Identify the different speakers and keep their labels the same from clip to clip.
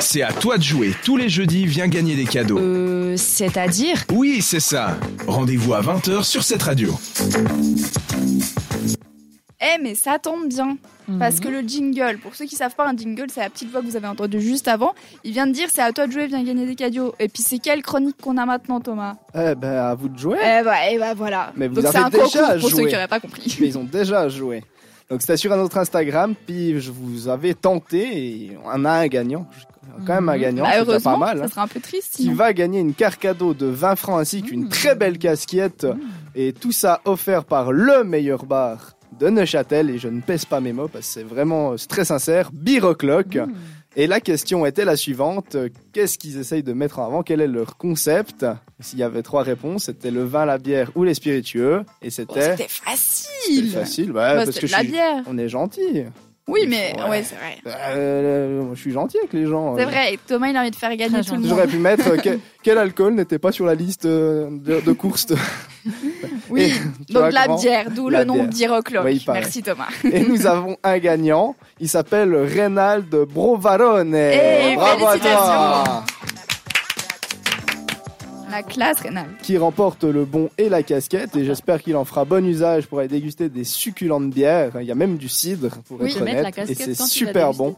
Speaker 1: C'est à toi de jouer. Tous les jeudis, viens gagner des cadeaux.
Speaker 2: Euh, c'est-à-dire
Speaker 1: Oui, c'est ça. Rendez-vous à 20h sur cette radio.
Speaker 3: Eh mais ça tombe bien
Speaker 2: Mhm.
Speaker 3: parce que le jingle, pour ceux qui savent pas un jingle, c'est la petite voix que vous avez entendue juste avant. Il vient de dire c'est à toi de jouer, viens gagner des cadeaux. Et puis c'est quelle chronique qu'on a maintenant Thomas
Speaker 4: Eh ben, à vous de jouer.
Speaker 3: Eh bah, eh bah voilà.
Speaker 4: Mais vous
Speaker 3: Donc
Speaker 4: avez
Speaker 3: c'est un
Speaker 4: déjà
Speaker 3: concours pour
Speaker 4: joué.
Speaker 3: ceux qui n'auraient pas compris.
Speaker 4: Mais ils ont déjà joué. Donc c'était sur notre Instagram, puis je vous avais tenté, et on a un gagnant, quand même un
Speaker 2: Mhm.
Speaker 4: gagnant,
Speaker 3: Bah,
Speaker 4: c'est déjà
Speaker 3: heureusement,
Speaker 4: pas mal, hein,
Speaker 3: ça serait un peu triste.
Speaker 4: qui
Speaker 3: sinon.
Speaker 4: va gagner une carte cadeau de 20 francs ainsi qu'une
Speaker 2: Mhm.
Speaker 4: très belle casquette,
Speaker 3: Mhm.
Speaker 4: et tout ça offert par le meilleur bar de Neuchâtel, et je ne pèse pas mes mots parce que c'est vraiment euh, c'est très sincère, Beer O'Clock.
Speaker 3: Mhm.
Speaker 4: Et la question était la suivante, euh, qu'est-ce qu'ils essayent de mettre en avant, quel est leur concept S'il y avait trois réponses, c'était le vin, la bière ou les spiritueux, et
Speaker 3: Oh,
Speaker 4: c'était...
Speaker 3: C'était
Speaker 4: C'est
Speaker 3: facile.
Speaker 4: facile, ouais,
Speaker 3: Bah,
Speaker 4: parce
Speaker 3: c'était
Speaker 4: que
Speaker 3: de
Speaker 4: je
Speaker 3: la
Speaker 4: suis-
Speaker 3: bière.
Speaker 4: on est gentil.
Speaker 3: Oui mais ouais,
Speaker 4: Ouais.
Speaker 3: c'est vrai.
Speaker 4: Euh, moi, je suis gentil avec les gens.
Speaker 3: C'est
Speaker 4: Euh,
Speaker 3: vrai. Et Thomas il a envie de faire gagner
Speaker 2: Très
Speaker 3: tout le monde.
Speaker 2: gentil.
Speaker 4: J'aurais pu mettre euh, que- quel alcool n'était pas sur la liste euh, de, de courses. de-
Speaker 3: Oui.
Speaker 4: Eh, tu vois
Speaker 3: Donc la
Speaker 4: comment
Speaker 3: bière, d'où
Speaker 4: La
Speaker 3: le nom
Speaker 4: bière.
Speaker 3: d'Hiroclock.
Speaker 4: Oui, pareil.
Speaker 3: Merci Thomas.
Speaker 4: Et nous avons un gagnant. Il s'appelle Reynald Brovarone.
Speaker 3: Eh,
Speaker 4: Bravo à toi.
Speaker 3: La classe Rénal.
Speaker 4: Qui remporte le bon et la casquette. Et j'espère qu'il en fera bon usage pour aller déguster des succulentes bières. Il y a même du cidre, pour
Speaker 2: Oui,
Speaker 4: être
Speaker 2: mettre la
Speaker 4: honnête. Et
Speaker 2: casquette
Speaker 4: c'est
Speaker 2: quand tu vas
Speaker 4: super
Speaker 2: déguster.
Speaker 4: bon.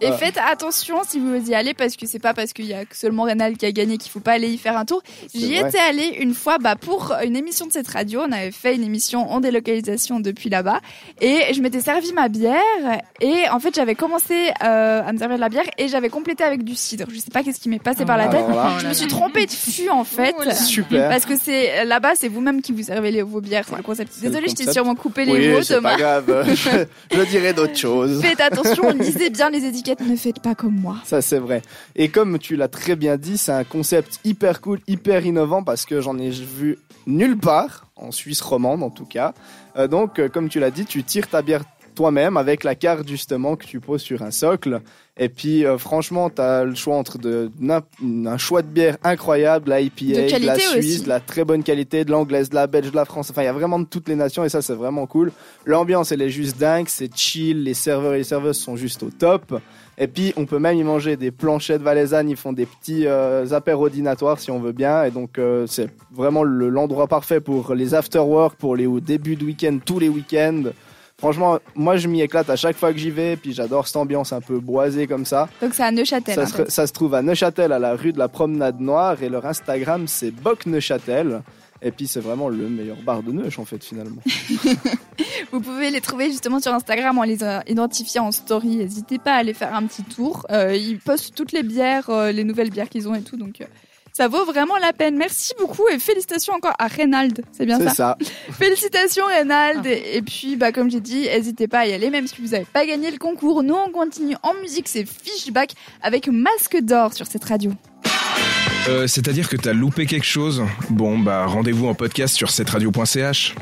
Speaker 3: Et
Speaker 4: Euh.
Speaker 3: faites attention si vous y allez, parce que c'est pas parce qu'il y a que seulement Rénal qui a gagné qu'il faut pas aller y faire un tour. J'y
Speaker 4: vrai.
Speaker 3: étais allée une fois bah, pour une émission de cette radio. On avait fait une émission en délocalisation depuis là-bas. Et je m'étais servi ma bière. Et en fait, j'avais commencé euh, à me servir de la bière et j'avais complété avec du cidre. Je sais pas qu'est-ce qui m'est passé par la tête.
Speaker 4: Alors là,
Speaker 3: Je me suis trompée de fût en fait.
Speaker 2: Oh là là.
Speaker 4: Ah. super.
Speaker 3: Parce que c'est là-bas, c'est vous-même qui vous servez les- vos bières, c'est le concept.
Speaker 4: c'est le
Speaker 3: Désolée, je t'ai
Speaker 4: concept.
Speaker 3: sûrement coupé les
Speaker 4: Oui,
Speaker 3: mots,
Speaker 4: c'est
Speaker 3: Thomas.
Speaker 4: pas grave. je, je dirais d'autres choses.
Speaker 3: Faites attention, lisez bien les étiquettes, ne faites pas comme moi.
Speaker 4: Ça, c'est vrai. Et comme tu l'as très bien dit, c'est un concept hyper cool, hyper innovant parce que j'en ai vu nulle part, en Suisse romande en tout cas. Euh, donc, euh, comme tu l'as dit, tu tires ta bière toi-même avec la carte justement que tu poses sur un socle. Et puis, euh, franchement, tu as le choix entre de, n'im- un choix de bière incroyable, la IPA,
Speaker 3: De
Speaker 4: de la
Speaker 3: qualité
Speaker 4: Suisse,
Speaker 3: aussi.
Speaker 4: de la très bonne qualité, de l'anglaise, de la belge, de la France. Enfin, il y a vraiment de toutes les nations et ça, c'est vraiment cool. L'ambiance, elle est juste dingue, c'est chill, les serveurs et les serveuses sont juste au top. Et puis, on peut même y manger des planchettes valaisannes. Ils font des petits euh, apérodinatoires si on veut bien. Et donc, euh, c'est vraiment le- l'endroit parfait pour les after-work, pour les au début de week-end, tous les week-ends. Franchement, moi, je m'y éclate à chaque fois que j'y vais. Puis, j'adore cette ambiance un peu boisée comme ça.
Speaker 3: Donc c'est à Neuchâtel.
Speaker 4: Ça
Speaker 3: en
Speaker 4: se,
Speaker 3: fait.
Speaker 4: ça se trouve à Neuchâtel, à la rue de la Promenade Noire, et leur Instagram c'est Boc Neuchâtel. Et puis c'est vraiment le meilleur bar de Neuch en fait finalement.
Speaker 3: Vous pouvez les trouver justement sur Instagram en les euh, identifiant en story. N'hésitez pas à aller faire un petit tour. Euh, ils postent toutes les bières, euh, les nouvelles bières qu'ils ont et tout. Donc euh, ça vaut vraiment la peine. Merci beaucoup et félicitations encore à Reynald. C'est bien
Speaker 4: C'est
Speaker 3: ça.
Speaker 4: ça.
Speaker 3: Félicitations Reynald. Et, et puis bah, comme j'ai dit, n'hésitez pas à y aller même si vous n'avez pas gagné le concours. Nous on continue en musique. C'est Fishback avec Masque d'or sur cette radio.
Speaker 1: Euh, C'est-à-dire que t'as loupé quelque chose Bon, bah rendez-vous en podcast sur cette radio.ch.